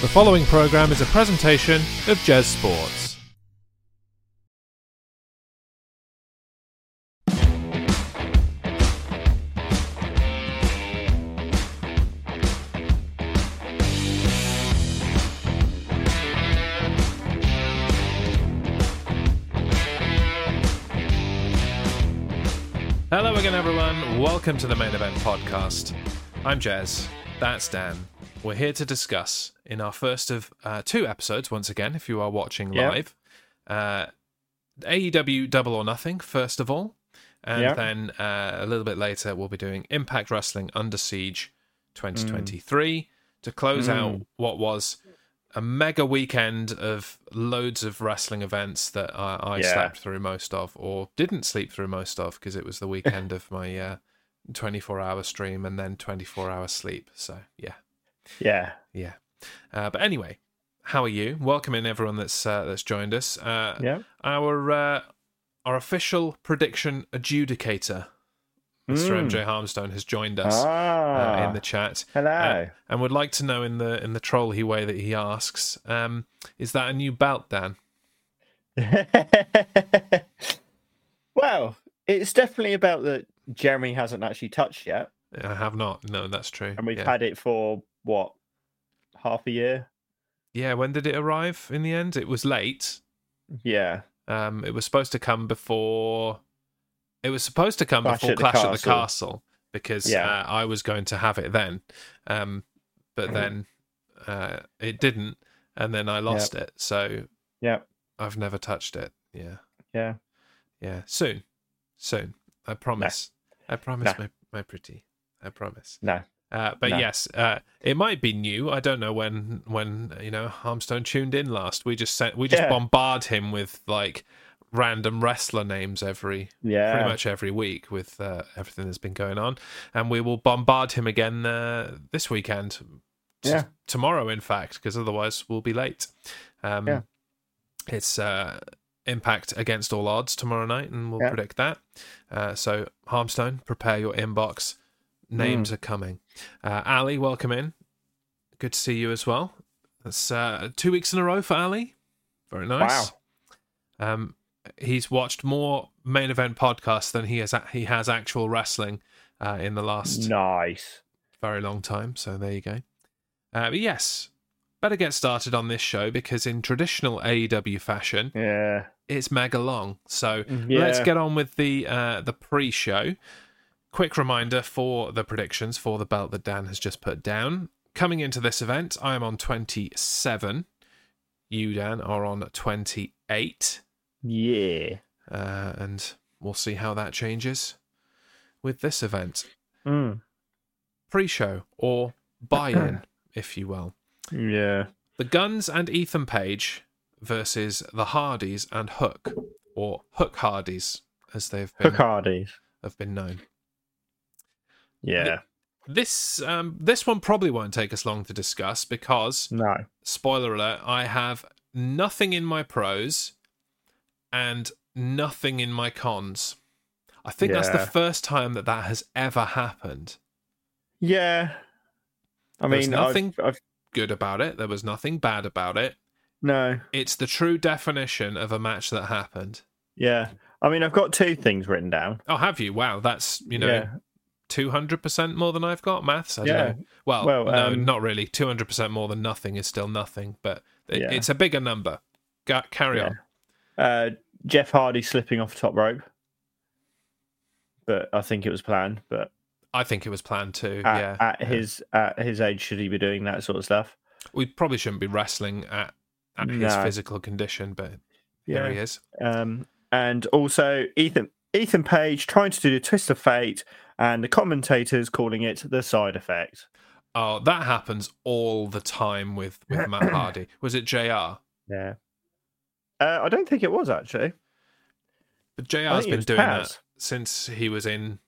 The following program is a presentation of Jazz Sports. Hello again, everyone. Welcome to the Main Event Podcast. I'm Jez. That's Dan. We're here to discuss in our first of uh, two episodes, once again, if you are watching Yeah. live, uh, AEW Double or Nothing, first of all. And Yeah. then uh, a little bit later, we'll be doing Impact Wrestling Under Siege 2023 to close Mm. out what was a mega weekend of loads of wrestling events that I, I Yeah. slept through most of or didn't sleep through most of because it was the weekend of my uh, 24 hour stream and then 24 hour sleep. So, yeah. Yeah. Yeah. Uh, but anyway, how are you? Welcome in everyone that's uh, that's joined us. Uh, Yeah. Our uh, our official prediction adjudicator, Mr. Mm. MJ Harmstone, has joined us Ah. uh, in the chat. hello. Uh, and would like to know in the in the trolley way that he asks, um, is that a new belt, Dan? uh, well, it's definitely about that Jeremy hasn't actually touched yet, I have not. No, that's true. and we've yeah. had it for what half a year. yeah. When did it arrive? In the end, it was late. Yeah. Um, it was supposed to come before. It was supposed to come Clash before at the Clash at the Castle. Castle because Yeah. uh, I was going to have it then, um, Mm-hmm. but then uh, it didn't, and then I lost it. So Yep. I've never touched it. Yeah, Yeah. yeah. Soon, soon. I promise. I promise, my my pretty. I promise. No. Uh, but No. yes, uh, it might be new. I don't know when when you know Harmstone tuned in last. We just sent we just Yeah. bombard him with like random wrestler names every Yeah. pretty much every week with uh, everything that's been going on, and we will bombard him again uh, this weekend, t- Yeah. tomorrow in fact, because otherwise we'll be late. Um, Yeah. It's uh, Impact against all odds tomorrow night, and we'll Yeah. predict that. Uh, so Harmstone, prepare your inbox. Mm. Names are coming. Uh, Ali, welcome in. Good to see you as well. That's uh, two weeks in a row for Ali. Very nice. Wow. Um, he's watched more main event podcasts than he has he has actual wrestling uh, in the last Nice. very long time. So there you go. Uh, but yes, better get started on this show because in traditional AEW fashion, Yeah. it's mega long. So Yeah. Mm-hmm. let's get on with the uh, the pre-show. Quick reminder for the predictions for the belt that Dan has just put down. Coming into this event, I am on 27. You, Dan, are on 28 Yeah. uh, and we'll see how that changes with this event. Mm. Pre-show or buy-in, if you will. Yeah. The Guns and Ethan Page versus the Hardys and Hook, or Hook Hardys, as they've been Picardies. have been known. Yeah. This um, this one probably won't take us long to discuss because No. spoiler alert: I have nothing in my pros and nothing in my cons. I think that's the Yeah. first time that that has ever happened. Yeah. I There's mean, nothing- I've, I've, good about it. There was nothing bad about it. no. It's the true definition of a match that happened. Yeah. I mean, I've got two things written down. Oh, have you? Wow, that's you know yeah. two hundred percent more than I've got. Maths, I don't Yeah. know. Well, Well, no, um, not really. Two hundred percent more than nothing is still nothing, but it, Yeah. it's a bigger number. Ga carry Yeah. on. Uh, Jeff Hardy slipping off the top rope, but I think it was planned. But I think it was planned too. at, yeah, at Yeah. his at his age, should he be doing that sort of stuff? we probably shouldn't be wrestling at, at his No. physical condition, but there he is. Um, and also Ethan Ethan Page trying to do the twist of fate, and the commentators calling it the side effect. Oh, that happens all the time with with Matt Hardy. Was it Jr. Yeah. Uh, I don't think it was actually. But I JR's think it been was doing Taz. that since he was in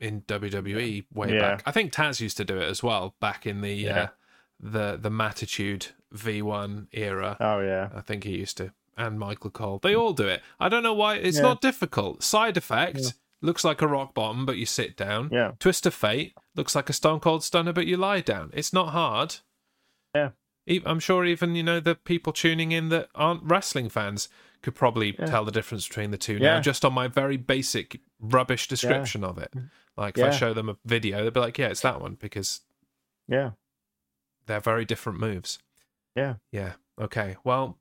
in WWE way Yeah. back. I think Taz used to do it as well back in the uh, Yeah. the the Matitude V1 era. Oh yeah. I think he used to and Michael Cole. They all do it. I don't know why it's Yeah. not difficult. Side effect Yeah. looks like a rock bottom but you sit down. Yeah. Twist of fate looks like a stone cold stunner but you lie down. It's not hard. Yeah. E- I'm sure even you know the people tuning in that aren't wrestling fans could probably Yeah. tell the difference between the two now Yeah. just on my very basic rubbish description of it. Like if I Yeah. show them a video, they'll be like, "Yeah, it's that one," because Yeah. they're very different moves. Yeah. Yeah. Okay. Well,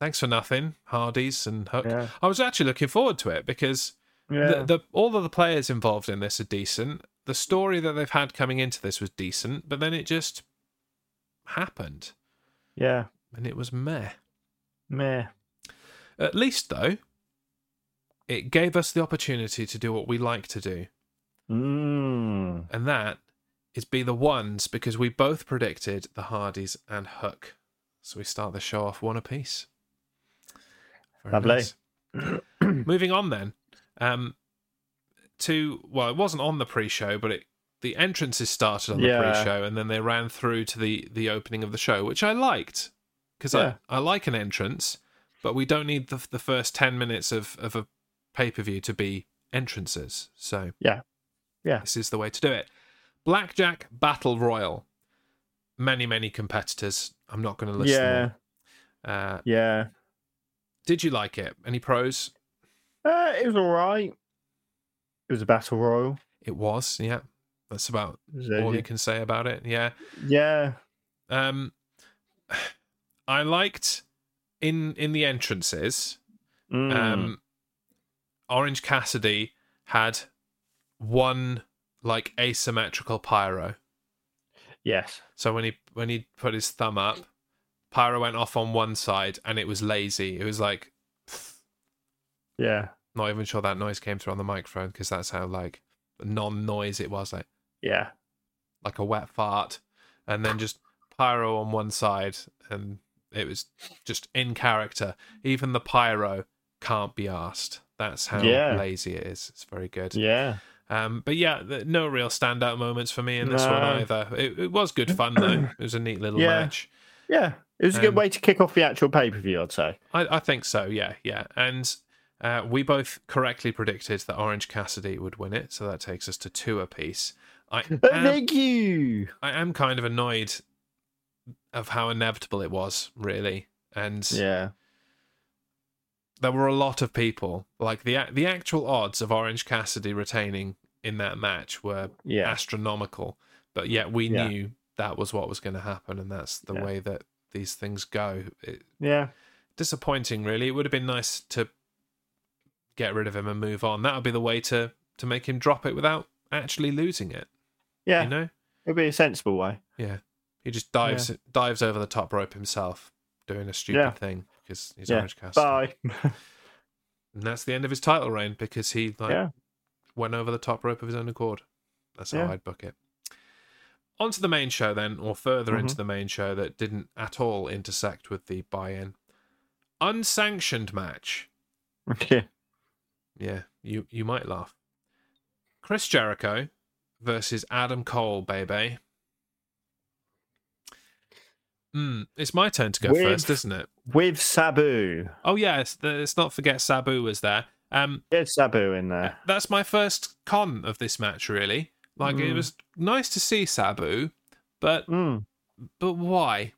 thanks for nothing, Hardys and Hook. Yeah. I was actually looking forward to it because Yeah. the, the all of the players involved in this are decent. The story that they've had coming into this was decent, but then it just happened yeah. and it was meh. Meh. At least though, it gave us the opportunity to do what we like to do, Mm. and that is be the ones because we both predicted the Hardys and Hook. So we start the show off one apiece. Very Lovely. nice. Moving on then, um, to well, it wasn't on the pre-show, but it the entrances started on the Yeah. pre-show, and then they ran through to the the opening of the show, which I liked because Yeah. I I like an entrance, but we don't need the the first ten minutes of of a pay per view to be entrances. So Yeah. Yeah. this is the way to do it. Blackjack Battle Royal, many many competitors. I'm not going to list Yeah. them. all. Uh, Yeah. did you like it? Any pros? Uh, it was all right. It was a battle royal. It was, yeah. That's about It was all easy. you can say about it. Yeah. Yeah. Um I liked in in the entrances, Mm. um Orange Cassidy had one like asymmetrical pyro. yes. So when he when he put his thumb up, pyro went off on one side and it was lazy. It was like Yeah. not even sure that noise came through on the microphone because that's how like non-noise it was like Yeah. like a wet fart, and then just pyro on one side, and it was just in character. Even the pyro can't be asked. That's how Yeah. lazy it is. It's very good. Yeah. Um, but yeah, th- no real standout moments for me in this one No. either. It, it was good fun though. It was a neat little Yeah. match. Yeah. It was a good Um, way to kick off the actual pay per view, I'd say. I, I think so. Yeah, yeah, and. Uh, we both correctly predicted that Orange Cassidy would win it, so that takes us to two apiece. I But am Uh, thank you. I am kind of annoyed of how inevitable it was, really. And Yeah. there were a lot of people. Like the a- the actual odds of Orange Cassidy retaining in that match were Yeah. astronomical, but yet we Yeah. knew that was what was going to happen, and that's the Yeah. way that these things go. It, Yeah. disappointing, really. It would have been nice to get rid of him and move on. That would be the way to to make him drop it without actually losing it. Yeah. You know. It'd be a sensible way. Yeah, he just dives dives over the top rope himself, doing a stupid Yeah. thing because he's Yeah. Orange Cassidy, Bye. and that's the end of his title reign because he like Yeah. went over the top rope of his own accord. That's how Yeah. I'd book it. Onto the main show then, or further Mm-hmm. into the main show that didn't at all intersect with the buy-in. Unsanctioned match. yeah. Yeah, you you might laugh. Chris Jericho versus Adam Cole, baby. Mm, it's my turn to go With- first, isn't it? With Sabu. Oh yeah, it's the, let's not forget Sabu was there. Um, There's Sabu in there. that's my first con of this match, really. Like it Mm. was nice to see Sabu, but Mm. but why?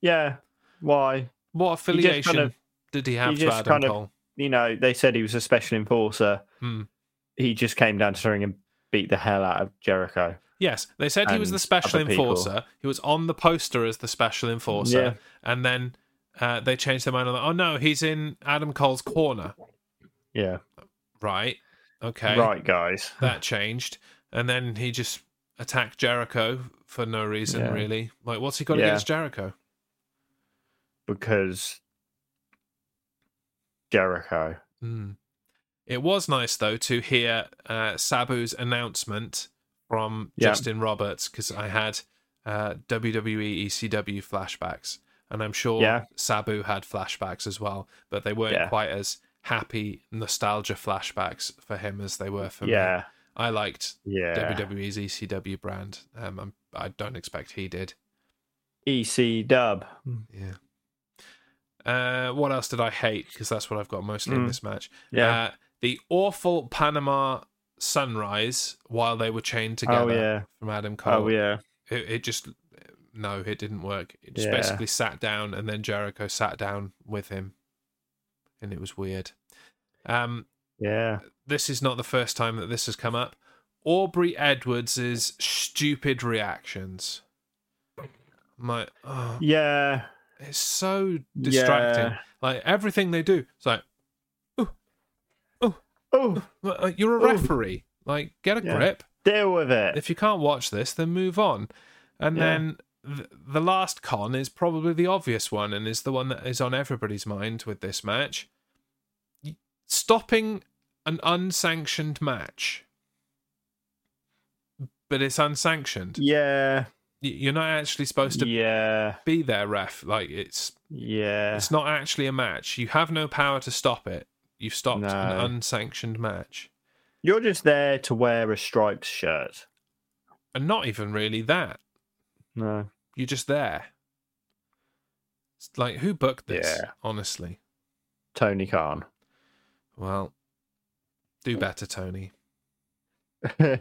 Yeah. Why? What kind affiliation of- did he have he to just Adam kind of- Cole? You know, they said he was a special enforcer. Mm. He just came down to the ring and beat the hell out of Jericho. Yes, they said he was the and special other people. enforcer. He was on the poster as the special enforcer, Yeah. and then uh, they changed their mind on that. Oh no, he's in Adam Cole's corner, Yeah. right? Okay, Right, guys. that changed, and then he just attacked Jericho for no reason, Yeah. really. Like, what's he got Yeah. against Jericho? because Jericho. Hmm. It was nice though to hear uh, Sabu's announcement from Yeah. Justin Roberts because I had uh, WWE ECW flashbacks, and I'm sure Yeah. Sabu had flashbacks as well, but they weren't Yeah. quite as happy nostalgia flashbacks for him as they were for me. Yeah, I liked yeah. WWE's ECW E brand. Um, I'm, I don't expect he did. EC E Dub. Yeah. Uh, what else did I hate? Because that's what I've got mostly in Mm. this match. Yeah. Uh, the awful Panama sunrise while they were chained together oh yeah. from Adam Cole. Oh yeah. It, it just no, it didn't work. It just Yeah. basically sat down, and then Jericho sat down with him, and it was weird. Um, Yeah. this is not the first time that this has come up. Aubrey Edwards' stupid reactions. My, oh, Yeah. it's so distracting. Yeah. Like everything they do, it's like Oh, "Uh, you're a Ooh. referee. Like get a Yeah. grip. deal with it. If you can't watch this, then move on. And Yeah. then th- the last con is probably the obvious one, and is the one that is on everybody's mind with this match. Y- Stopping an unsanctioned match, but it's unsanctioned. Yeah. Y- You're not actually supposed to Yeah. be there, ref. Like it's Yeah. It's not actually a match. You have no power to stop it. You've stopped an No. unsanctioned match. You're just there to wear a striped shirt. And not even really that. No. You're just there. It's like, who booked this, Yeah. honestly? Tony Khan. Well, do better, Tony. The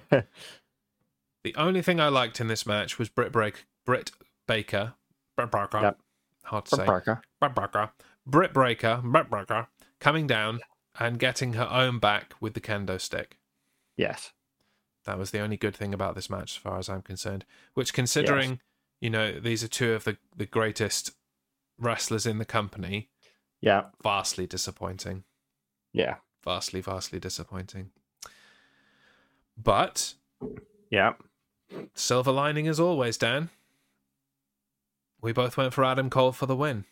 only thing I liked in this match was Britt, Break- Britt Baker. Britt Baker. Yep. Hard to say. Parker. Britt Baker. Britt Breaker. Britt Baker. Coming down and getting her own back with the kendo stick. Yes. That was the only good thing about this match, as far as I'm concerned. Which, considering you know these are two of the the greatest wrestlers in the company, Yeah. vastly disappointing. Yeah. Vastly, vastly disappointing. But Yeah. silver lining as always, Dan. We both went for Adam Cole for the win,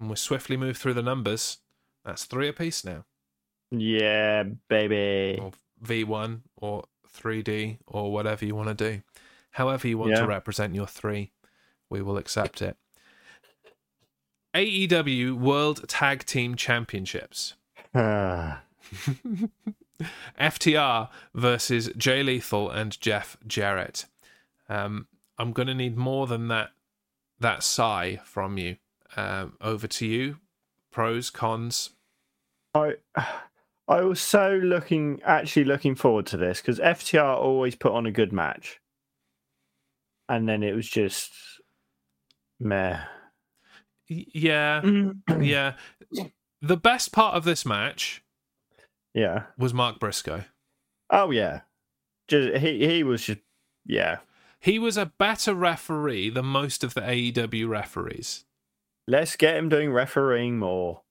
and we swiftly moved through the numbers. That's three apiece now, Yeah, baby. or V one, or three D, or whatever you want to do. However you want Yeah. to represent your three, we will accept it. AEW World Tag Team Championships. Ah, FTR versus Jay Lethal and Jeff Jarrett. Um, I'm going to need more than that that sigh from you. Um, over to you. Pros, cons. I I was so looking actually looking forward to this because FTR always put on a good match. And then it was just meh. Y- yeah, yeah. The best part of this match yeah. was Mark Briscoe. Oh yeah. Just he he was just yeah. He was a better referee than most of the AEW referees. Let's get him doing refereeing more.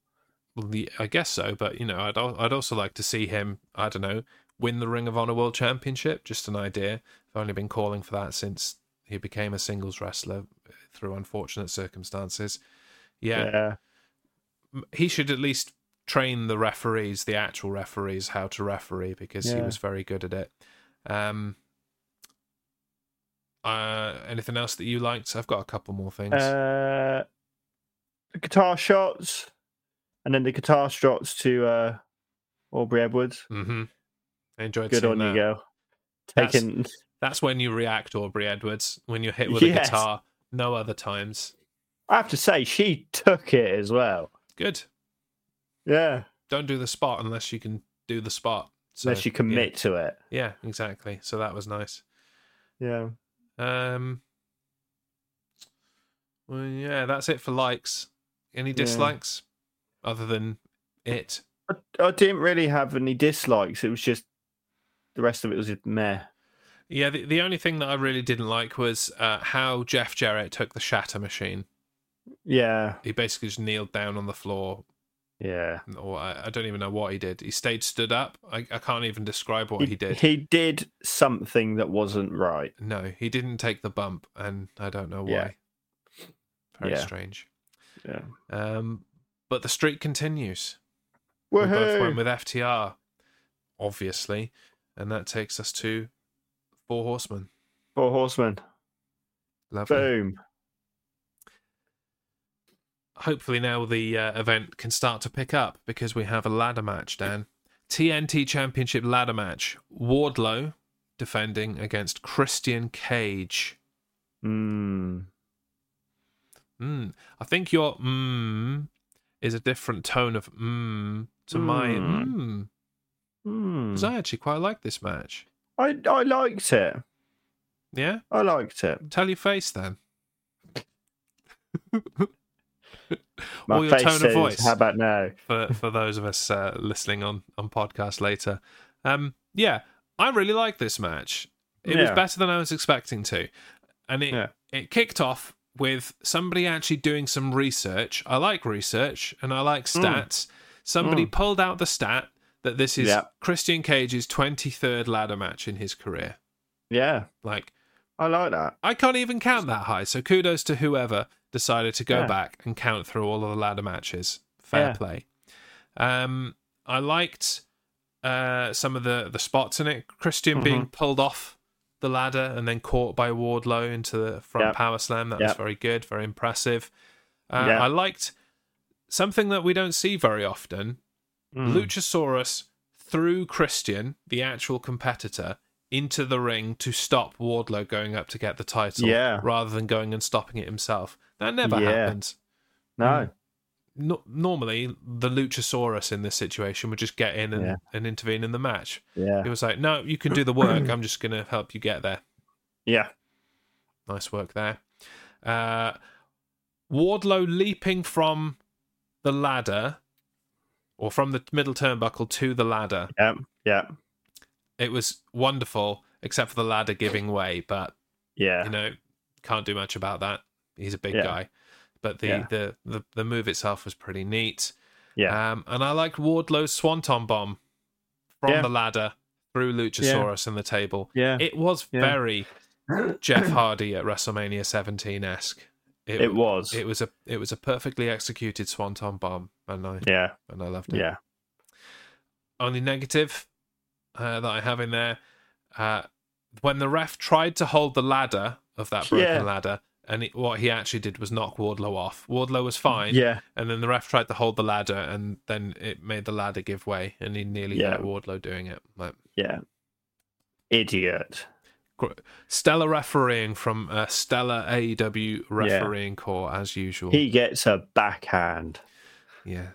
Well, the- I guess so, but you know, I'd al- I'd also like to see him. I don't know, win the Ring of Honor World Championship. Just an idea. I've only been calling for that since he became a singles wrestler uh, through unfortunate circumstances. Yeah, yeah. m- he should at least train the referees, the actual referees, how to referee because he Yeah. was very good at it. Um, uh, anything else that you liked? I've got a couple more things. Uh, the guitar shots, and then the guitar shots to uh, Aubrey Edwards. mm-hmm. I enjoyed Good seeing on that. you, girl. That's- Taking That's when you react, Aubrey Edwards, when you're hit with a Yes. guitar. No other times. I have to say, she took it as well. Good. Yeah. Don't do the spot unless you can do the spot. So, Unless you commit to it. Yeah, yeah, exactly. So that was nice. Yeah. Um, well, yeah, that's it for likes. Any Yeah. dislikes other than it? I, I didn't really have any dislikes. It was just the rest of it was just meh. Yeah, the, the only thing that I really didn't like was uh, how Jeff Jarrett took the shatter machine. Yeah. He basically just kneeled down on the floor Yeah. or I, I don't even know what he did. He stayed stood up. I, I can't even describe what he, did. He did something that wasn't right. no, he didn't take the bump, and I don't know why. Yeah. Very Yeah. strange. Yeah. Um, but the streak continues. We both went Woohoo! with FTR, obviously, and that takes us to Four Horsemen. Four horsemen. Lovely. Boom. Hopefully now the uh, event can start to pick up because we have a ladder match, Dan. TNT Championship ladder match. Wardlow defending against Christian Cage. Mm. Mm. I think your mm is a different tone of mm to my Mm. mm. Mm. 'Cause I actually quite like this match. I I liked it. Yeah? I liked it. Tell your face then. My Or your face tone of says, voice. How about now? for for those of us uh, listening on on podcast later. Um, yeah, I really like this match. It was Yeah. better than I was expecting to, and it Yeah. it kicked off with somebody actually doing some research. I like research and I like Hmm. stats. Somebody pulled out the stat that this is Yeah. Christian Cage's twenty third ladder match in his career. Yeah, Like I like that. I can't even count that high. So kudos to whoever decided to go Yeah. back and count through all of the ladder matches. Fair Yeah. play. Um, I liked uh, some of the the spots in it. Christian Mm-hmm. being pulled off the ladder and then caught by Wardlow into the front Yep. power slam. That was Yep. very good, very impressive. Uh, Yeah. I liked something that we don't see very often. Hmm. Luchasaurus threw Christian, the actual competitor, into the ring to stop Wardlow going up to get the title Yeah. rather than going and stopping it himself. That never Yeah. happens. No, No- normally, the Luchasaurus in this situation would just get in and, Yeah. and intervene in the match. yeah, He was like, No, you can do the work. I'm just going to help you get there. yeah, Nice work there. Uh, Wardlow leaping from the ladder or from the middle turnbuckle to the ladder yeah, yeah, it was wonderful, except for the ladder giving way. But yeah, you know, can't do much about that. He's a big Yeah. guy. But the, Yeah. the, the the move itself was pretty neat. yeah. Um, and I liked Wardlow's swanton bomb from Yeah. the ladder through Luchasaurus and the table. yeah. It was Yeah. very Jeff Hardy at WrestleMania 17 esque. It, was. It was a it was a perfectly executed swanton bomb, and I yeah, and I loved it yeah, only negative uh, that I have in there. Uh, when the ref tried to hold the ladder of that broken Yeah. ladder, and it, what he actually did was knock Wardlow off. Wardlow was fine, yeah, and then the ref tried to hold the ladder, and then it made the ladder give way, and he nearly Yeah. hurt Wardlow doing it. Like, yeah. Idiot. gr- stellar refereeing from uh, stellar AEW refereeing core as usual. He gets a backhand. yeah,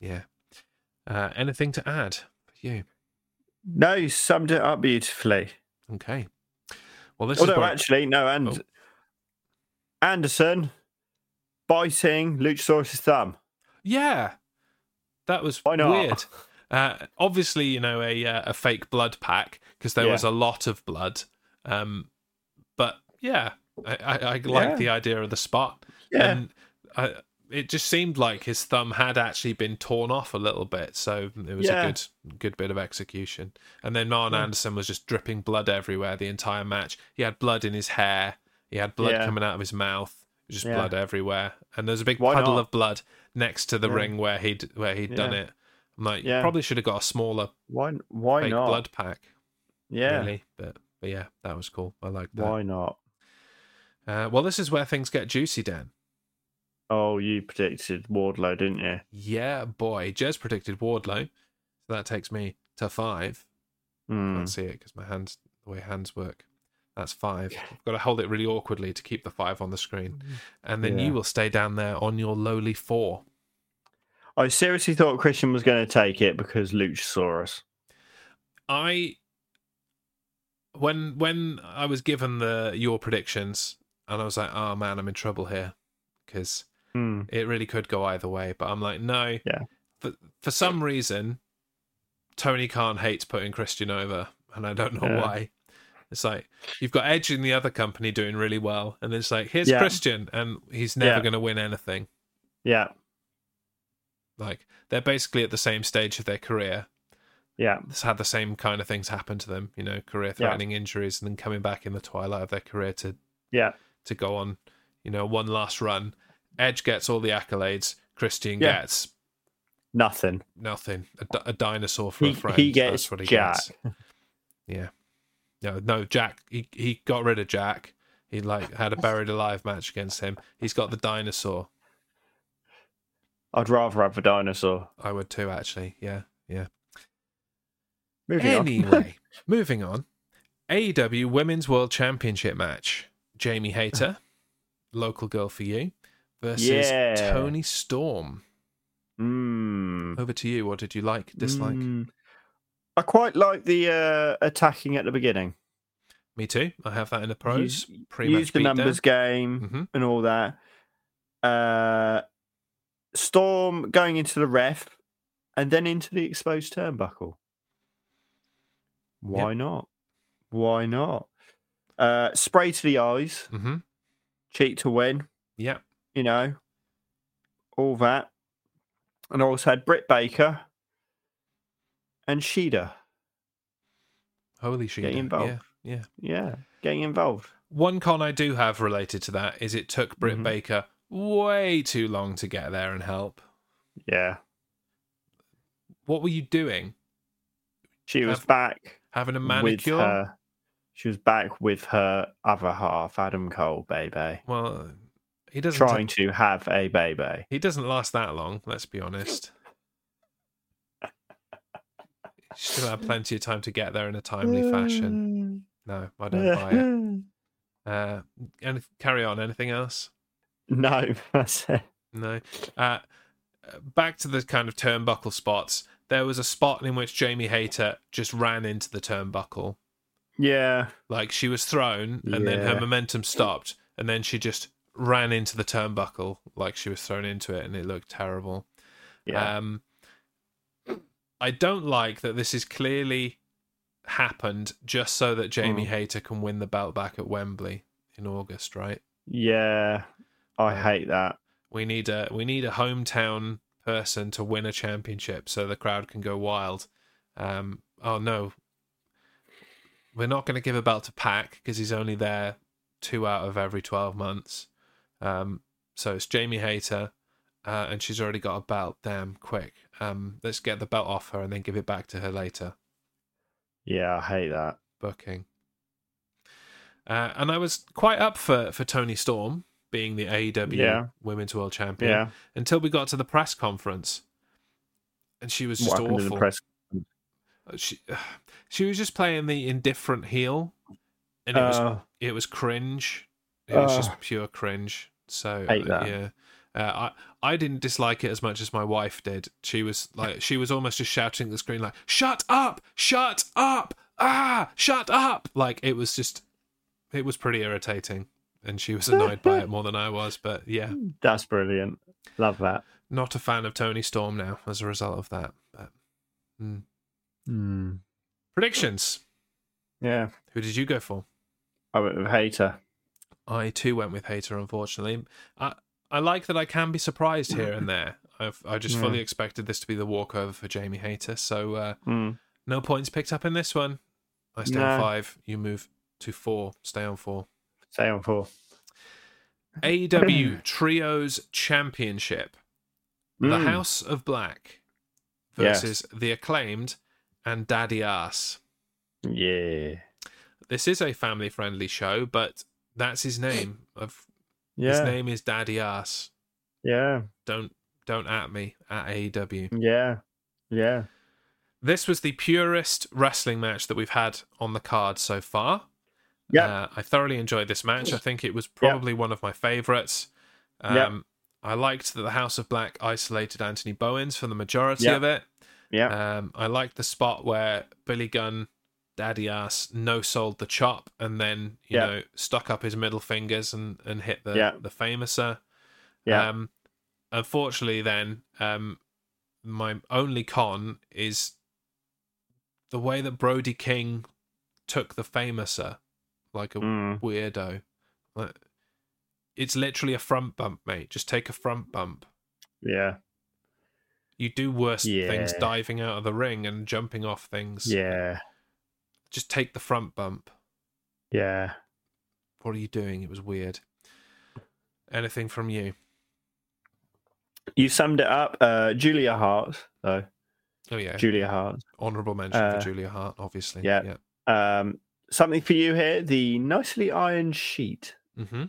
yeah. Uh, anything to add for you? No, you summed it up beautifully. Okay. Well, this is Although, where- actually, no, and Oh. Anderson biting Luchasaurus' thumb. Yeah, that was Why not? weird. Uh, obviously, you know a uh, a fake blood pack because there Yeah. was a lot of blood. Um, but yeah, I, I, I like Yeah. the idea of the spot, Yeah, and I, it just seemed like his thumb had actually been torn off a little bit, so it was Yeah. a good good bit of execution. And then Marn Yeah. Anderson was just dripping blood everywhere the entire match. He had blood in his hair. He had blood Yeah. coming out of his mouth just Yeah. blood everywhere, and there's a big Why puddle not? of blood next to the Yeah. ring where he'd where he'd done Yeah. it. I'm like, you Yeah. probably should have got a smaller why? Why fake not? blood pack, yeah, really. But but yeah, that was cool. I like that. why not? Uh, well, this is where things get juicy, Dan. Oh, you predicted Wardlow, didn't you? Yeah, boy. Jez predicted Wardlow, so that takes me to five. Hmm. Can't see it because my hands, the way hands work, that's five. I've got to hold it really awkwardly to keep the five on the screen, and then Yeah. you will stay down there on your lowly four. I seriously thought Christian was going to take it because Luchasaurus. I when when I was given the your predictions and I was like, oh man, I'm in trouble here because Hmm. it really could go either way. But I'm like, no, Yeah. For for some reason, Tony Khan hates putting Christian over, and I don't know Yeah. why. It's like you've got Edge in the other company doing really well, and it's like here's Yeah. Christian, and he's never Yeah. going to win anything. Yeah, Like they're basically at the same stage of their career, yeah, has had the same kind of things happen to them, you know, career threatening injuries and then coming back in the twilight of their career to yeah, to go on, you know, one last run. Edge gets all the accolades, Christian Yeah. gets nothing. nothing. A, di- a dinosaur for He- a he friend. gets Jack. gets. Yeah. No, no, Jack he he got rid of Jack. He like had a buried alive match against him. He's got the dinosaur. I'd rather have a dinosaur. I would too actually. Yeah. Moving on. anyway, moving on. AEW Women's World Championship match. Jamie Hayter, local girl for you, versus Yeah. Tony Storm. Hmm. Over to you. What did you like, dislike? Mm. I quite like the uh, attacking at the beginning. Me too. I have that in the pros. Use- Pre-match use the numbers game hmm and all that. Uh, Storm going into the ref and then into the exposed turnbuckle. Why not? Why not? Uh, spray to the eyes, hmm cheat to win, Yeah. you know, all that. And I also had Britt Baker and Sheeda Holy shit. Get involved. Yeah. Yeah. yeah, getting involved. One con I do have related to that is it took Britt Mhm. Baker way too long to get there and help. Yeah, What were you doing? she was Have- back Having a with manicure? her. She was back with her other half, Adam Cole, baby, Well, he doesn't. trying to have a baby. He doesn't last that long. Let's be honest. She Still had plenty of time to get there in a timely fashion. No, I don't buy it. Uh, and carry on. Anything else? No, that's it. No. Uh, back to the kind of turnbuckle spots. There was a spot in which Jamie Hayter just ran into the turnbuckle. Yeah, Like she was thrown and then her Yeah. momentum stopped and then she just ran into the turnbuckle like she was thrown into it and it looked terrible. yeah, Um, I don't like that this is clearly happened just so that Jamie Mm. Hayter can win the belt back at Wembley in August, right? yeah. I um, hate that. We need a we need a hometown person to win a championship so the crowd can go wild. Um, oh no, we're not going to give a belt to Pack because he's only there two out of every twelve months. Um, so it's Jamie Hayter, uh, and she's already got a belt. Damn quick. Um, let's get the belt off her and then give it back to her later Yeah, I hate that. booking. Uh, and I was quite up for for Tony Storm being the AEW Yeah. Women's World Champion Yeah, until we got to the press conference, and she was just what happened to the awful. press? She, she was just playing the indifferent heel, and it was Uh, it was cringe. It was Ugh. just pure cringe. So Hate uh, that. yeah. Uh, I I didn't dislike it as much as my wife did. She was like she was almost just shouting at the screen like "Shut up! Shut up! Ah! Shut up!" Like it was just it was pretty irritating, and she was annoyed by it more than I was. But yeah, that's brilliant. Love that. not a fan of Tony Storm now as a result of that. But mm. Hmm. Mm. predictions. Yeah, Who did you go for? I went with hater. I too went with Hater, unfortunately. I, I like that I can be surprised here and there. I've, I just Yeah. fully expected this to be the walkover for Jamie Hater, so uh, Mm. no points picked up in this one. I stay on No. five, you move to four, stay on four. Stay on four. AEW Trios Championship The Mm. House of Black Yes. versus The Acclaimed and Daddy Ass. Yeah. This is a family friendly show, but that's his name. I've, His Yeah. name is Daddy Ass. Yeah. don't don't at me at AEW. Yeah. Yeah. This was the purest wrestling match that we've had on the card so far. Yeah. Uh, I thoroughly enjoyed this match. I think it was probably one of my favorites. Um, Yeah. I liked that the House of Black isolated Anthony Bowens for the majority Yeah. of it. Yeah. Um, I liked the spot where Billy Gunn, Daddy Ass, no sold the chop and then you Yeah. know stuck up his middle fingers and and hit the Yeah. the famouser. Yeah. Um, unfortunately, then um, my only con is the way that Brody King took the famouser, like a Mm. weirdo. Like, it's literally a front bump, mate. Just take a front bump. Yeah. You do worse things Yeah. diving out of the ring and jumping off things. Yeah. Just take the front bump. Yeah. What are you doing? It was weird. Anything from you? You summed it up. Uh, Julia Hart, though. Oh yeah, Julia Hart. honourable mention uh, for Julia Hart, obviously. yeah. Um, something for you here. The nicely ironed sheet. Mm-hmm.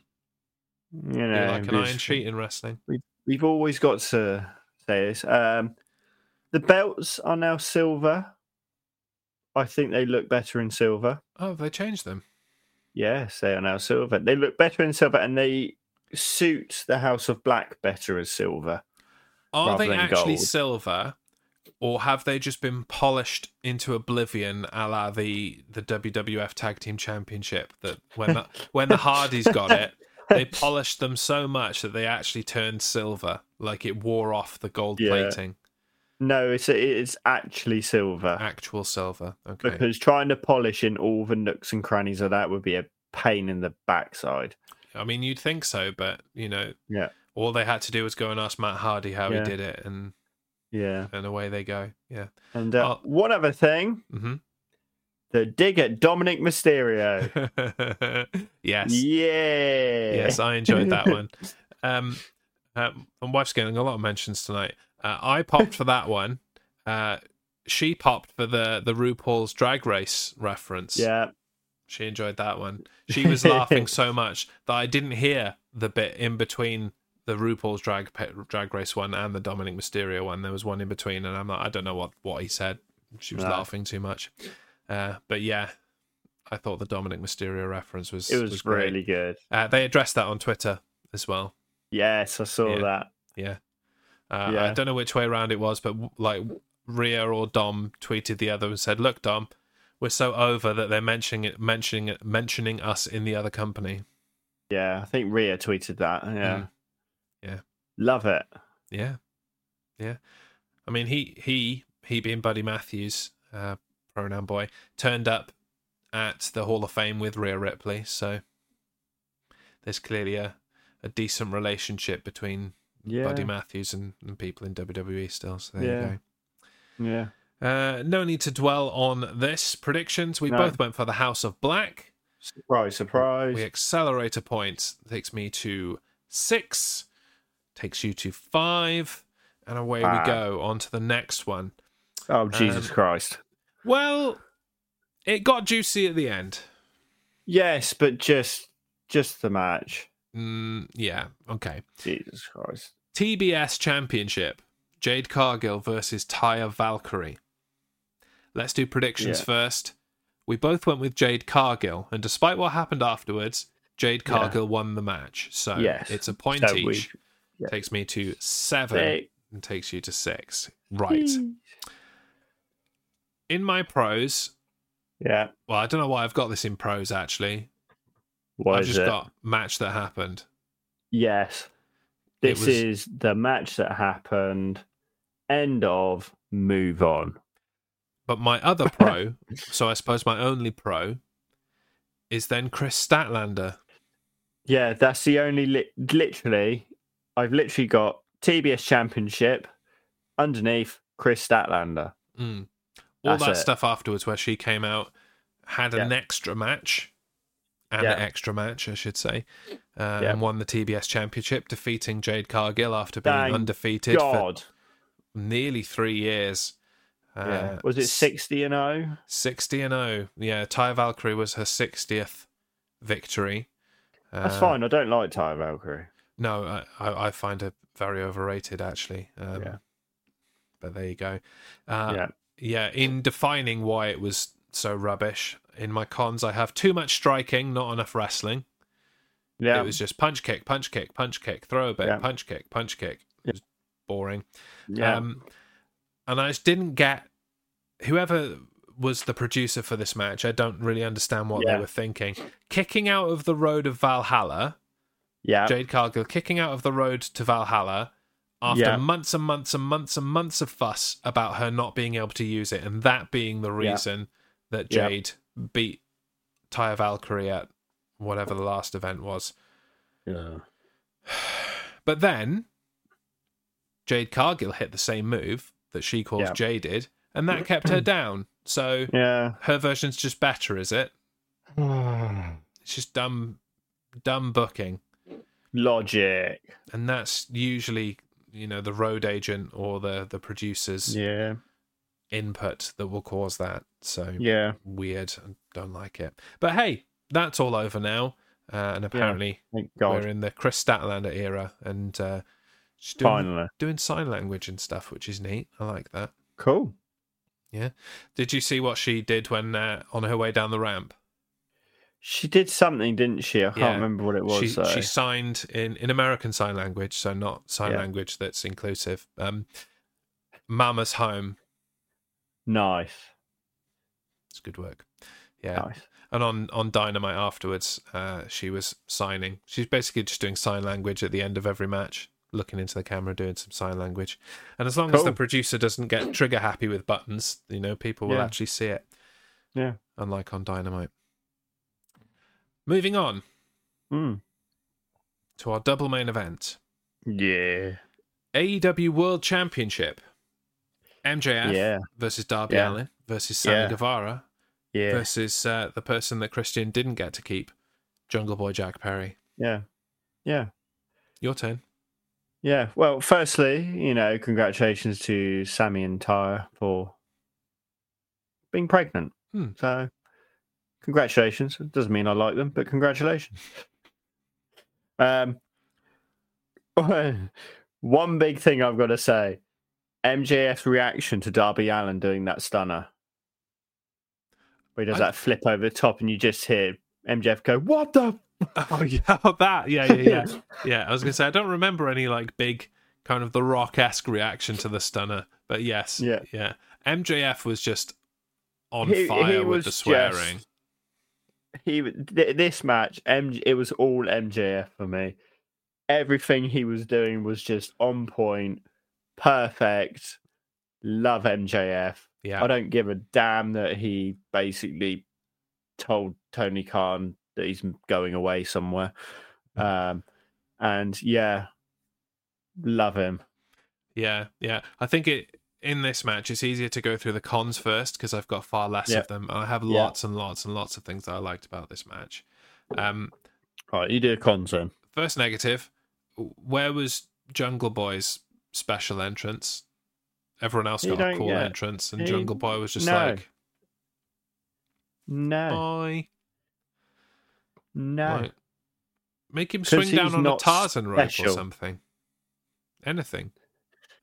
You know, like an iron because sheet in wrestling. We've always got to say this. Um, the belts are now silver. I think they look better in silver. Oh, they changed them. Yes, they are now silver. They look better in silver and they suit the House of Black better as silver. Are Rather they than actually gold. silver? or have they just been polished into oblivion, a la the the WWF Tag Team Championship? That when the, when the Hardys got it, they polished them so much that they actually turned silver, like it wore off the gold Yeah. plating, No, it's it's actually silver actual silver. Okay, because trying to polish in all the nooks and crannies of that would be a pain in the backside. I mean you'd think so, but you know, Yeah. all they had to do was go and ask Matt Hardy how Yeah. he did it, and Yeah. and away they go. Yeah. And uh, Oh. one other thing, hmm the dig at Dominic Mysterio. yes. Yeah. Yes, I enjoyed that one. Um, uh, my wife's getting a lot of mentions tonight. Uh, I popped for that one. Uh, she popped for the the RuPaul's Drag Race reference. Yeah. she enjoyed that one. She was laughing so much that I didn't hear the bit in between the RuPaul's Drag Pe- Drag Race one and the Dominic Mysterio one. There was one in between, and I'm like, I don't know what what he said. She was Right. laughing too much. Uh, but yeah, I thought the Dominic Mysterio reference was It was, great. really good. Uh, they addressed that on Twitter as well. Yes, I saw Yeah. that. Uh, I Yeah. don't know which way around it was, but w- like Rhea or Dom tweeted the other and said, "Look, Dom, we're so over that they're mentioning it, mentioning it, mentioning us in the other company." Yeah, I think Rhea tweeted that. Yeah. Mm. Yeah. Love it. Yeah, yeah. I mean, he he he being Buddy Matthews, uh, pronoun boy, turned up at the Hall of Fame with Rhea Ripley, so there's clearly a a decent relationship between Yeah. Buddy Matthews and, and people in WWE still. So there you Yeah. go. yeah. Uh, no need to dwell on this. Predictions. We No. both went for the House of Black. Surprise, surprise. We accelerate a point. Takes me to six. Takes you to five. And away Ah. we go. On to the next one. Oh, Jesus Christ. Well, it got juicy at the end. Yes, but just just the match. Mm, yeah. Okay. Jesus Christ. TBS Championship. Jade Cargill versus Tyre Valkyrie. Let's do predictions Yeah. first. We both went with Jade Cargill, and despite what happened afterwards, Jade Yeah. Cargill won the match. So Yes. it's a point So we- each. yeah. Takes me to seven Hey. and takes you to six. Right. Hmm. In my pros, Yeah. well, I don't know why I've got this in pros actually. What I've is just it? got match that happened. Yes. It This was- is the match that happened. End of. Move on. But my other pro, so I suppose my only pro, is then Chris Statlander. Yeah, that's the only li- literally. I've literally got TBS Championship underneath Chris Statlander. Mm. All That's that it. stuff afterwards, where she came out, had an extra match, and Yeah. an extra match, I should say, uh, Yeah. and won the TBS Championship, defeating Jade Cargill after being Thank undefeated God, for nearly three years. Uh, yeah. was it sixty and oh? zero? 60 and 0? Yeah, Ty Valkyrie was her 60th victory. That's Uh, fine. I don't like Ty Valkyrie. No, I, I I find her very overrated, actually. Um, Yeah. But there you go. Uh, yeah, yeah, in defining why it was so rubbish, in my cons, I have too much striking, not enough wrestling. yeah. It was just punch kick, punch kick, punch kick, throw a bit, Yeah. punch kick, punch kick. It was boring. yeah. Um, and I just didn't get whoever was the producer for this match. I don't really understand what Yeah. they were thinking. Kicking out of the road of Valhalla, yeah. Jade Cargill kicking out of the road to Valhalla after Yeah. months and months and months and months of fuss about her not being able to use it, and that being the Yeah. reason that Yeah. Jade beat Tyre Valkyrie at whatever the last event was. yeah. But then Jade Cargill hit the same move that she calls Yeah. Jaded, and that kept her down. So Yeah. her version's just better, is it? It's just dumb, dumb booking. Logic. and that's usually you know the road agent or the the producer's Yeah. input that will cause that so Yeah. weird and don't like it but hey that's all over now uh, and apparently Thank we're God. in the chris statlander era and uh she's doing, Finally. doing sign language and stuff which is neat i like that Cool. did you see what she did when uh, on her way down the ramp She did something, didn't she? I can't Yeah. remember what it was. she, though. she signed in, in American Sign Language, so not sign Yeah. language that's inclusive. Um, Mama's home. Nice. It's good work. Yeah. Nice. And on on Dynamite afterwards, uh, she was signing. She's basically just doing sign language at the end of every match, looking into the camera, doing some sign language. And as long as the Cool. producer doesn't get trigger happy with buttons, you know, people will Yeah. actually see it. Yeah. Unlike on Dynamite. Moving on Mm. to our double main event. Yeah. AEW World Championship. MJF Yeah. versus Darby Yeah. Allin versus Sammy Yeah. Guevara Yeah. versus uh, the person that Christian didn't get to keep, Jungle Boy Jack Perry. Yeah. Yeah. Your turn. Yeah. Well, firstly, you know, congratulations to Sammy and Tyra for being pregnant. Hmm. So, congratulations. It doesn't mean I like them, but congratulations. um, one big thing I've got to say MJF's reaction to Darby Allen doing that stunner. Where he does I- that flip over the top, and you just hear MJF go, What the? Oh yeah, that. Yeah, yeah, yeah. yeah, I was gonna say I don't remember any like big kind of the rock esque reaction to the stunner, but yes, Yeah. yeah. MJF was just on He- fire he with the was swearing. just- he th- this match MJ, it was all MJF for me. Everything he was doing was just on point, perfect. Love MJF. yeah, I don't give a damn that he basically told Tony Khan that he's going away somewhere. Um, and yeah, love him. Yeah, yeah. I think it in this match it's easier to go through the cons first because I've got far less Yeah. of them. I have Yeah. lots and lots and lots of things that I liked about this match. Um, All right, you do a cons then. first negative, where was Jungle Boy's special entrance? Everyone else You got a don't cool get- entrance, and you- Jungle Boy was just no. like, No, "Bye." no. Like, make him 'Cause swing down he's on a not Tarzan rope or special. something. Anything,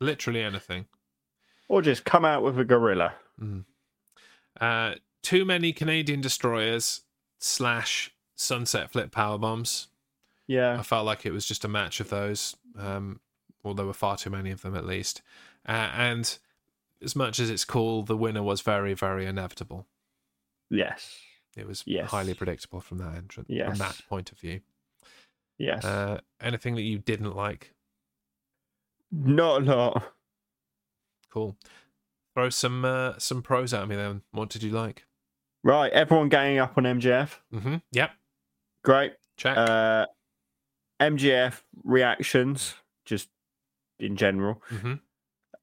literally anything. Or just come out with a gorilla. Uh, too many Canadian destroyers slash sunset flip power bombs. Yeah. I felt like it was just a match of those. Um, well, there were far too many of them at least. Uh, and as much as it's cool, the winner was very, very inevitable. Yes. It was Yes. highly predictable from that entrance, from Yes. that point of view. Yes. Uh, anything that you didn't like, not a lot. cool. Throw some uh, some pros at me then. What did you like? Right, everyone ganging up on MGF. Mm-hmm. Yep. Great. Check. Uh, MGF reactions, just in general. mm-hmm.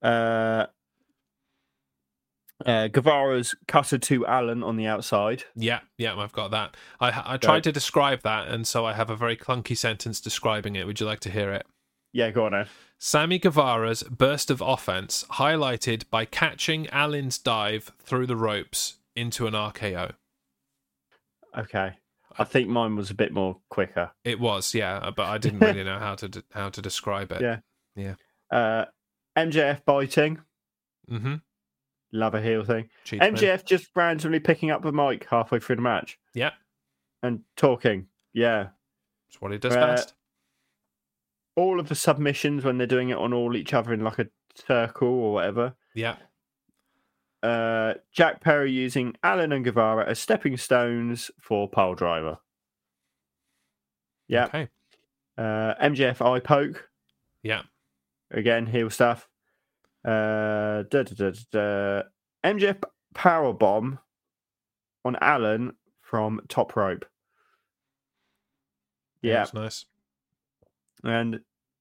Uh, uh, Guevara's cutter to Allen on the outside. Yeah, yeah, I've got that. I I tried Right. to describe that, and so I have a very clunky sentence describing it. Would you like to hear it? Yeah, go on. Ed. Sammy Guevara's burst of offense, highlighted by catching Allen's dive through the ropes into an RKO. Okay. I think mine was a bit more quicker. It was, yeah, uh, but I didn't really know how to de- how to describe it. Yeah. Uh, MJF biting. Mm-hmm. Love a heel thing. Cheap man. MJF just randomly picking up the mic halfway through the match Yeah, and talking. Yeah. it's what he does Uh, best. all of the submissions when they're doing it on all each other in like a circle or whatever. Yeah, Uh, Jack Perry using Allen and Guevara as stepping stones for pole driver. Yeah. Okay. Uh, MJF eye poke Yeah. again, heel stuff. Uh, da, da, da, da, da. MJF power bomb on Allen from top rope. Yeah, That's nice. and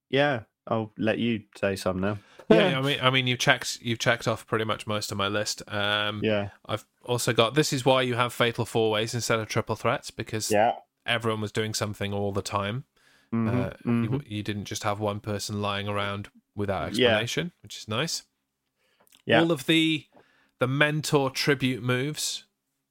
yeah, I'll let you say some now. Yeah, yeah, I mean, I mean, you've checked you've checked off pretty much most of my list. Um, yeah, I've also got this is why you have fatal four ways instead of triple threats because yeah. everyone was doing something all the time. Mhm, Uh, mhm. You, you didn't just have one person lying around without Yeah. explanation, which is nice. Yeah. All of the the mentor tribute moves,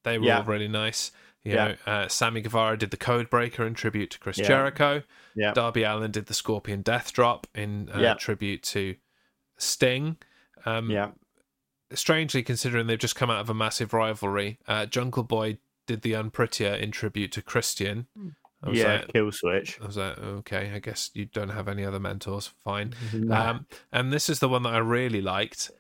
they were Yeah. all really nice. You Yeah. know, uh, Sammy Guevara did the code breaker in tribute to Chris Yeah. Jericho. Yeah. Darby Allen did the Scorpion Death Drop in uh, Yeah. tribute to Sting. Um, Yeah. strangely considering they've just come out of a massive rivalry. Uh, Jungle Boy did the unprettier in tribute to Christian. I was Yeah. like, Kill switch. I was like, okay, I guess you don't have any other mentors. Fine. Um, and this is the one that I really liked.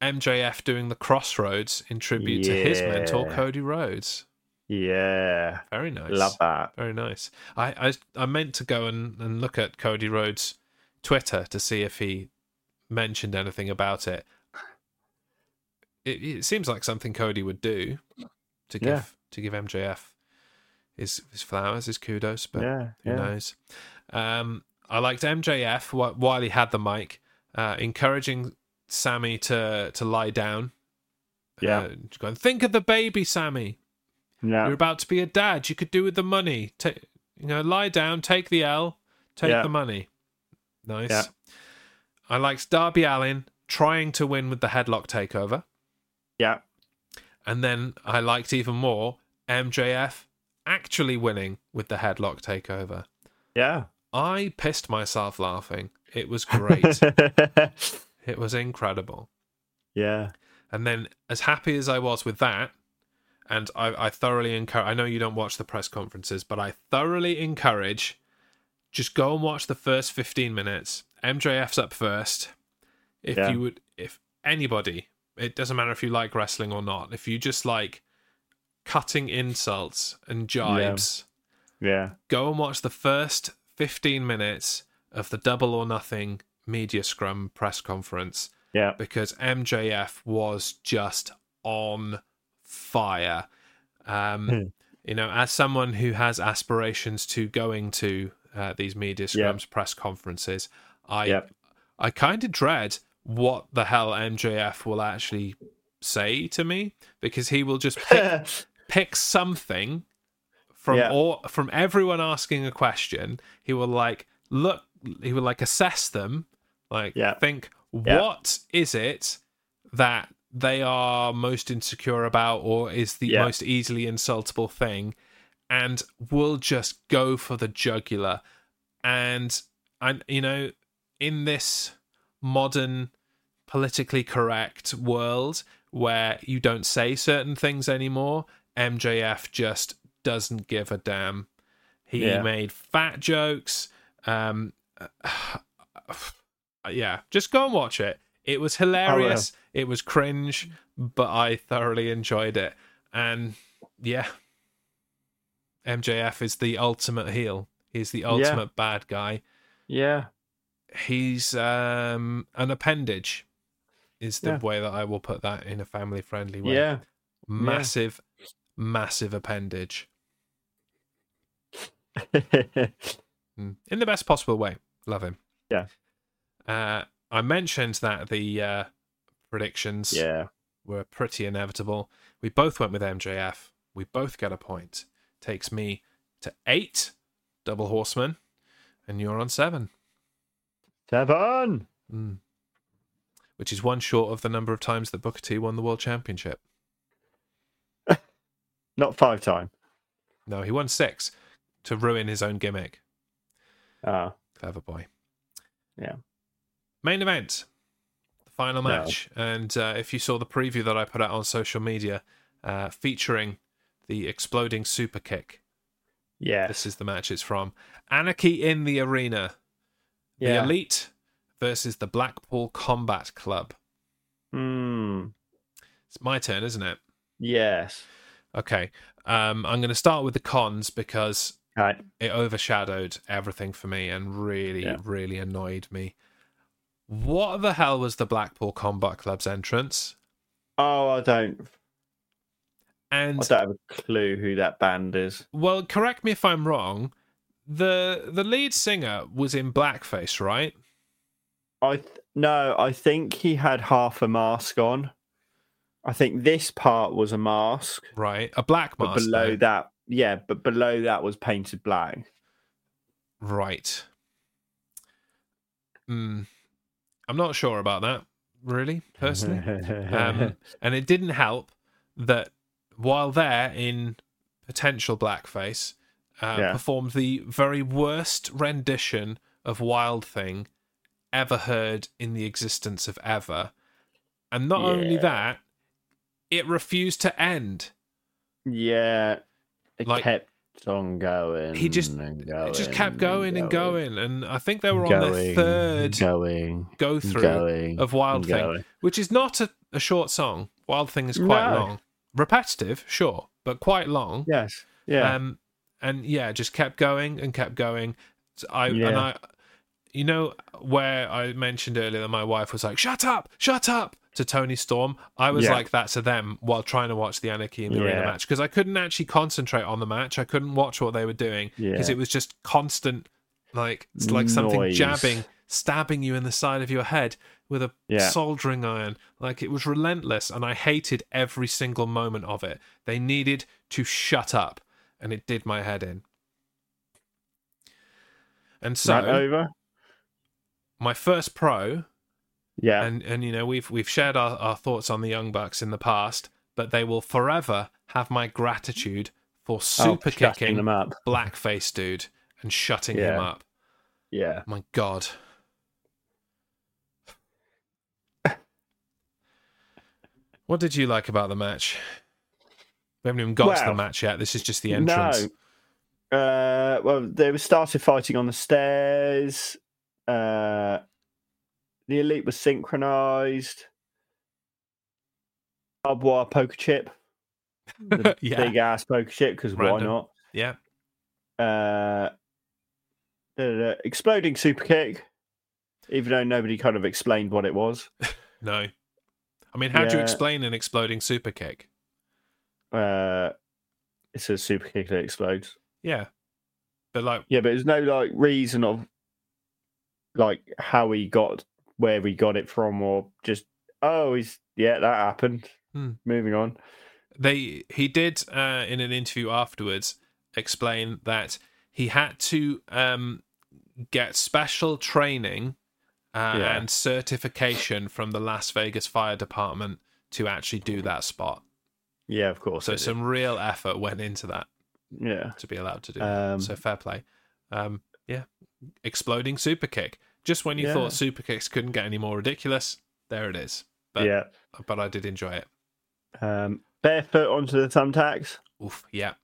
MJF doing the crossroads in tribute to his Yeah. mentor Cody Rhodes. Yeah. Very nice. Love that. Very nice. I, I I meant to go and, and look at Cody Rhodes' Twitter to see if he mentioned anything about it. It, it seems like something Cody would do to give Yeah. to give MJF his his flowers, his kudos, but yeah. who yeah. knows? Um, I liked MJF wh- while he had the mic, uh, encouraging Sammy to to lie down. Yeah. uh, going think of the baby, Sammy. Yeah. You're about to be a dad. You could do with the money. Ta- you know, lie down, take the L, take Yeah. the money. Nice. Yeah. I liked Darby Allin trying to win with the headlock takeover, Yeah. and then I liked even more MJF actually winning with the headlock takeover. Yeah. I pissed myself laughing. It was great. it was incredible. yeah. And then, as happy as I was with that, and I, I thoroughly encourage, I know you don't watch the press conferences, but I thoroughly encourage just go and watch the first 15 minutes. MJF's up first. If Yeah. you would, if anybody, it doesn't matter if you like wrestling or not, if you just like cutting insults and jibes, Yeah. go and watch the first 15 minutes of the Double or Nothing media scrum press conference Yeah. because MJF was just on fire. Hmm. Um, you know, as someone who has aspirations to going to uh, these media Yeah. scrums press conferences, I Yeah. I kind of dread what the hell MJF will actually say to me because he will just pick pick something from Yeah. all from everyone asking a question. He will like look. He will like assess them. Like Yeah. think Yeah. what is it that they are most insecure about, or is the Yeah. most easily insultable thing, and will just go for the jugular. And and you know, in this modern politically correct world where you don't say certain things anymore, MJF just doesn't give a damn. He Yeah. made fat jokes. Um, yeah, just go and watch it. It was hilarious. It was cringe, but I thoroughly enjoyed it. And yeah, MJF is the ultimate heel. He's the ultimate bad guy yeah. he's um an appendage is the Yeah. way that I will put that in a family friendly way. Yeah. Massive, massive appendage. Mm. In the best possible way. Love him. Yeah. Uh I mentioned that the uh predictions yeah. were pretty inevitable. We both went with MJF. We both get a point. Takes me to eight double horsemen, and you're on seven. Seven. Mm. Which is one short of the number of times that Booker T won the world championship. Not five time. No, he won six to ruin his own gimmick. Oh. Clever boy. Yeah. Main event, the final No. match. And uh, if you saw the preview that I put out on social media uh, featuring the exploding super kick, Yeah. this is the match it's from. Anarchy in the Arena, the Yeah. Elite versus the Blackpool Combat Club. Mm. It's my turn, isn't it? Yes. Okay. Um, I'm going to start with the cons because Right. it overshadowed everything for me and really, Yeah. really annoyed me. What the hell was the Blackpool Combat Club's entrance? Oh, I don't. I And don't have a clue who that band is. well, correct me if I'm wrong. The the lead singer was in blackface, right? I th- no. I think he had half a mask on. I think this part was a mask, Right, a black but mask. below though. that, yeah, but below that was painted black. right. Hmm. I'm not sure about that, really, Mm-hmm. personally. um, and it didn't help that while there in potential blackface, uh, Yeah. performed the very worst rendition of Wild Thing ever heard in the existence of ever. And not only Yeah. that, it refused to end. yeah, it like- kept on going. He just- and It going just kept going and going, and I think they were on their Going, third going, go through going, of Wild Thing, going. which is not a, a short song. Wild Thing is quite No. long, repetitive, sure, but quite long. Yes, yeah, Um, and yeah, just kept going and kept going. So I and Yeah. I, you know, where I mentioned earlier that my wife was like, "Shut up, shut up." To Tony Storm, I was Yeah. like that to them while trying to watch the Anarchy in the Arena Yeah. match because I couldn't actually concentrate on the match. I couldn't watch what they were doing because Yeah. it was just constant, like it's like something Noise. jabbing, stabbing you in the side of your head with a Yeah. soldering iron. Like it was relentless, and I hated every single moment of it. They needed to shut up, and it did my head in. And so That over. my first pro, Yeah, and and you know we've we've shared our, our thoughts on the Young Bucks in the past, but they will forever have my gratitude for Oh, super shutting them kicking up. blackface dude and shutting him Yeah. up. Yeah, My God. what did you like about the match? We haven't even got to the Well, match yet. This is just the entrance. No. Uh, well, they were started fighting on the stairs. Uh, the elite was synchronized. Barbed wire poker chip, the yeah. big ass poker chip, because why Random. not? Yeah. Uh, the exploding super kick, even though nobody kind of explained what it was. No. I mean, how do you Yeah. explain an exploding super kick? Uh, it's a super kick that explodes. Yeah. But like, Yeah, but there's no like reason of like how he got where he got it from, or just oh, he's yeah, that happened. Hmm. Moving on. they he did uh, in an interview afterwards explain that he had to um, get special training uh, Yeah. and certification from the Las Vegas Fire Department to actually do that spot. Yeah, of course. So it is. some real effort went into that yeah, to be allowed to do. that. um, so fair play. Um, yeah, exploding super kick. Just when you Yeah. thought super kicks couldn't get any more ridiculous, there it is. but- yeah. But I did enjoy it. Um, barefoot onto the thumbtacks. Oof. Yeah.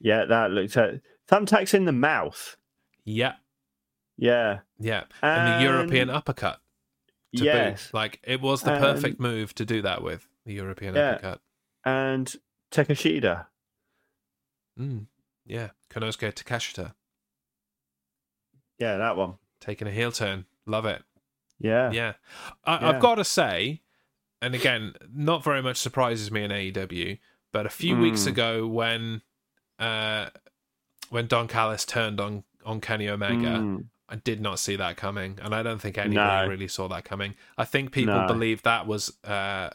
Yeah, that looks at thumbtacks in the mouth. Yeah. Yeah, Yeah. And, Um, the European And- uppercut. to boot. yes, Like it was the Um, perfect move to do that with the European Yeah. uppercut. and Takashida. Mm. Yeah. Konosuke Takeshita Yeah, that one. taking a heel turn. Love it. Yeah, Yeah. I, Yeah. I've got to say, and again, not very much surprises me in AEW, but a few weeks Mm. ago when uh when Don Callis turned on on Kenny Omega, Mm, I did not see that coming, and I don't think anybody No. really saw that coming. I think people No. believed that was, uh,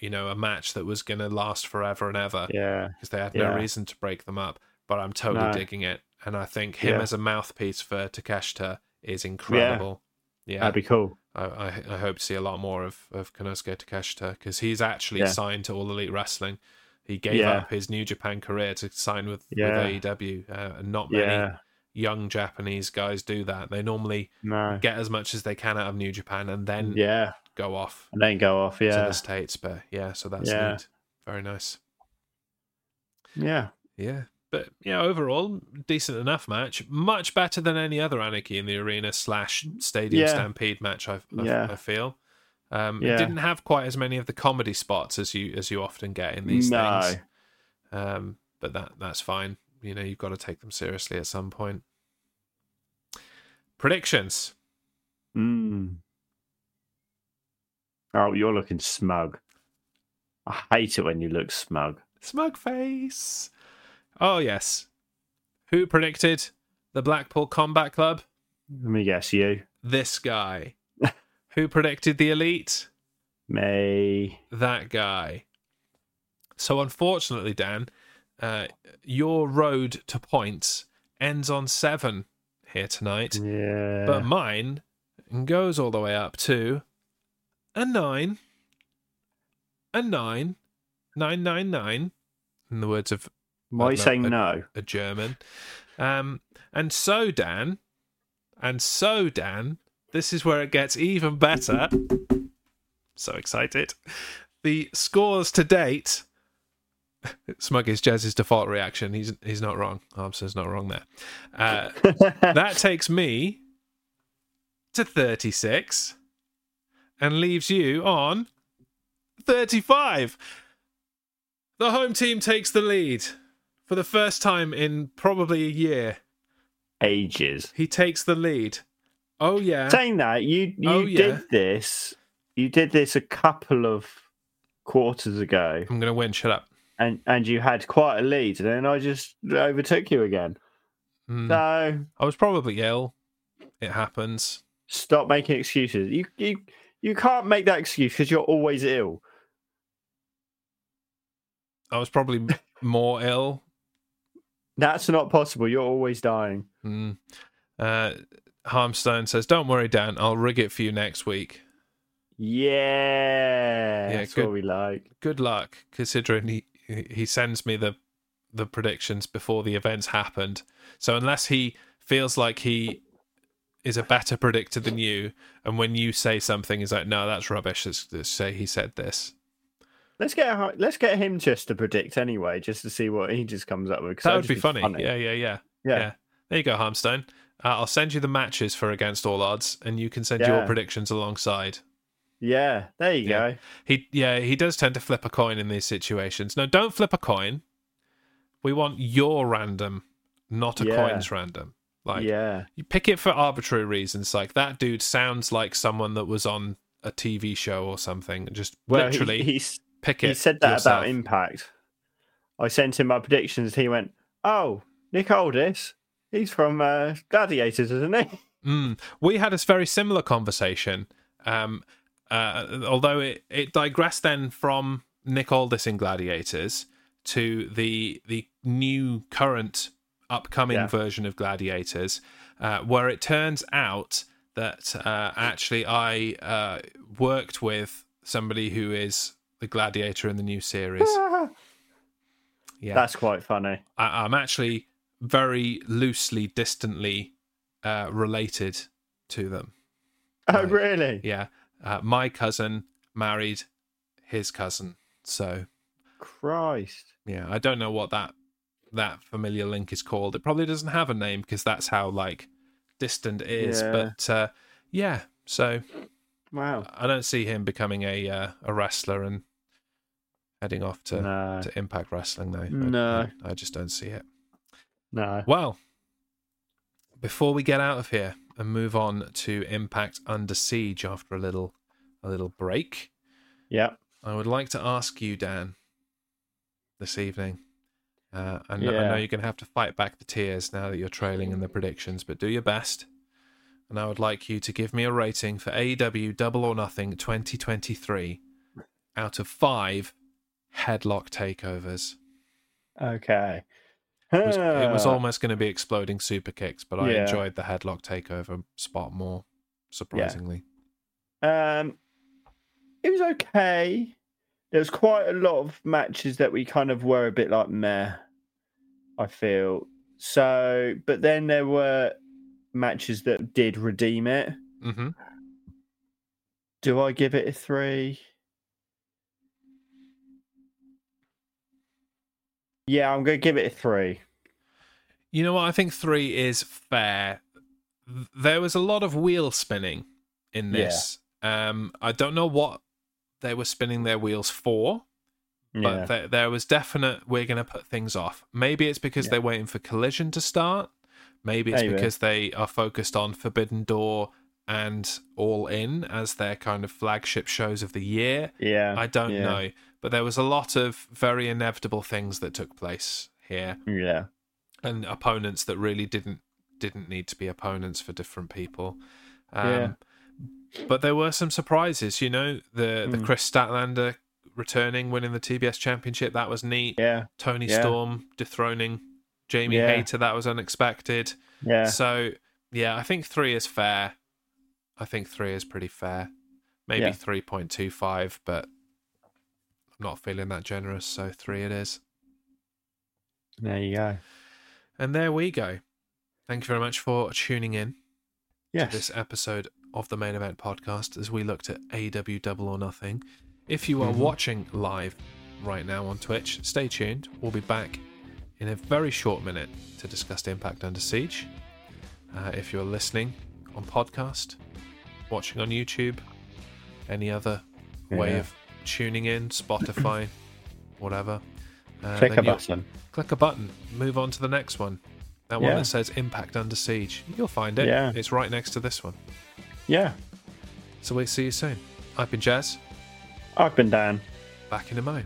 you know, a match that was going to last forever and ever because yeah, they had no Yeah. reason to break them up. But I'm totally No. digging it, and I think him Yeah. as a mouthpiece for Takeshita is incredible. Yeah, that'd be cool. I, I, I hope to see a lot more of of Konosuke Takeshita because he's actually Yeah. signed to All Elite Wrestling. He gave Yeah. up his New Japan career to sign with, Yeah. with AEW, uh, and not many Yeah, young Japanese guys do that. They normally no, get as much as they can out of New Japan and then yeah, go off and then go off. to Yeah, the States. But yeah, so that's Yeah. neat. Very nice. yeah. Yeah. But yeah, overall, decent enough match. Much better than any other Anarchy in the Arena slash Stadium Yeah. Stampede match. I've, I, Yeah. I feel um, Yeah. it didn't have quite as many of the comedy spots as you as you often get in these no. things. Um, but that that's fine. You know, you've got to take them seriously at some point. Predictions. Mm. Oh, you're looking smug. I hate it when you look smug. Smug face. Oh yes. Who predicted the Blackpool Combat Club? Let me guess, you, This guy. Who predicted the Elite? me. That guy. So unfortunately, Dan, uh, your road to points ends on seven here tonight, Yeah. but mine goes all the way up to a nine, a nine, nine nine nine. In the words of Why are you no, saying I- no? a German. Um, and so, Dan, and so, Dan, this is where it gets even better. So excited. The scores to date Smug is Jez's default reaction. He's he's not wrong. Armstrong's not wrong there. Uh, that takes me to 36 and leaves you on 35. The home team takes the lead for the first time in probably a year. Ages. He takes the lead. Oh yeah. Saying that, you you Oh, yeah. did this. You did this a couple of quarters ago, I'm going to win. Shut up. and and you had quite a lead, and then I just overtook you again. Mm. So I was probably ill. It happens. stop making excuses. You you you can't make that excuse because you're always ill. I was probably more ill. That's not possible. You're always dying. Mm. Uh, Harmstone says, "Don't worry, Dan. I'll rig it for you next week. Yeah, Yeah, that's good. what we like. Good luck, considering he he sends me the the predictions before the events happened. So unless he feels like he is a better predictor than you, and when you say something, he's like, no, that's rubbish. Let's, let's say he said this. Let's get hi- let's get him just to predict anyway, just to see what he just comes up with. 'cause That that'd would just be funny. Yeah, yeah, yeah." yeah. yeah. There you go, Harmstone. Uh, I'll send you the matches for Against All Odds, and you can send your Yeah. predictions alongside. Yeah, there you Yeah. go. He, yeah, he does tend to flip a coin in these situations. No, don't flip a coin. We want your random, not a Yeah. coin's random. Like yeah, you pick it for arbitrary reasons. Like that dude sounds like someone that was on a TV show or something. Just well, literally he, he's, pick it. he said that yourself. about Impact. I sent him my predictions. He went, "Oh, Nick Aldis, he's from uh, Gladiators, isn't he?" Mm. We had a very similar conversation, um, uh, although it, it digressed then from Nick Aldis in Gladiators to the the new current upcoming Yeah. version of Gladiators, uh, where it turns out that uh, actually I uh, worked with somebody who is the gladiator in the new series. Yeah. Ah. That's quite funny. I, I'm actually very loosely, distantly uh, related to them. Oh, Right. really? Yeah. Uh, my cousin married his cousin. So, Christ. yeah, I don't know what that that familiar link is called. It probably doesn't have a name because that's how like distant it is. Yeah. But uh, yeah, so Wow. I don't see him becoming a uh, a wrestler and heading off to, no, to Impact Wrestling though. I- No. I, I just don't see it. no. Well, before we get out of here and move on to Impact Under Siege after a little a little break. Yeah. I would like to ask you, Dan, this evening. Uh, I, know, I know Yeah. you're going to have to fight back the tears now that you're trailing in the predictions, but do your best. And I would like you to give me a rating for AEW Double or Nothing 2023 out of five headlock takeovers. Okay. It was, it was Huh. almost going to be exploding super kicks, but I Yeah. enjoyed the headlock takeover spot more, surprisingly. Um, it was okay. There was quite a lot of matches that we kind of were a bit like meh. I feel so, but then there were matches that did redeem it. hmm Do I give it a three? Yeah, I'm gonna give it a three. You know what? I think three is fair. Th- There was a lot of wheel spinning in Yeah. this. Um, I don't know what they were spinning their wheels for, Yeah, but there, there was definite, we're going to put things off. Maybe it's because Yeah. they're waiting for Collision to start. Maybe it's Maybe. because they are focused on Forbidden Door and All In as their kind of flagship shows of the year. yeah, I don't yeah. know. But there was a lot of very inevitable things that took place here yeah, and opponents that really didn't didn't need to be opponents for different people. Um, Yeah. But there were some surprises, you know, the the Mm. Chris Statlander returning, winning the TBS championship, that was neat. yeah, Tony Yeah. Storm dethroning Jamie Yeah. Hayter, that was unexpected. yeah. So yeah, I think three is fair. I think three is pretty fair. Maybe Yeah. three point two five, but I'm not feeling that generous, so three it is. There you go. And there we go. Thank you very much for tuning in to Yes. this episode of the Main Event Podcast as we looked at AW Double or Nothing. If you are Mhm. watching live right now on Twitch. Stay tuned. We'll be back in a very short minute to discuss the impact under siege. Uh, if you're listening on podcast, watching on YouTube, any other way Yeah. of tuning in, Spotify, whatever, uh, Click then a you'll- button. click a button, move on to the next one. That one Yeah. that says Impact Under Siege. You'll find it. Yeah. It's right next to this one. Yeah. So we'll see you soon. I've been Jazz, I've been Dan. back in a mo.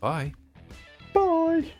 Bye. Bye.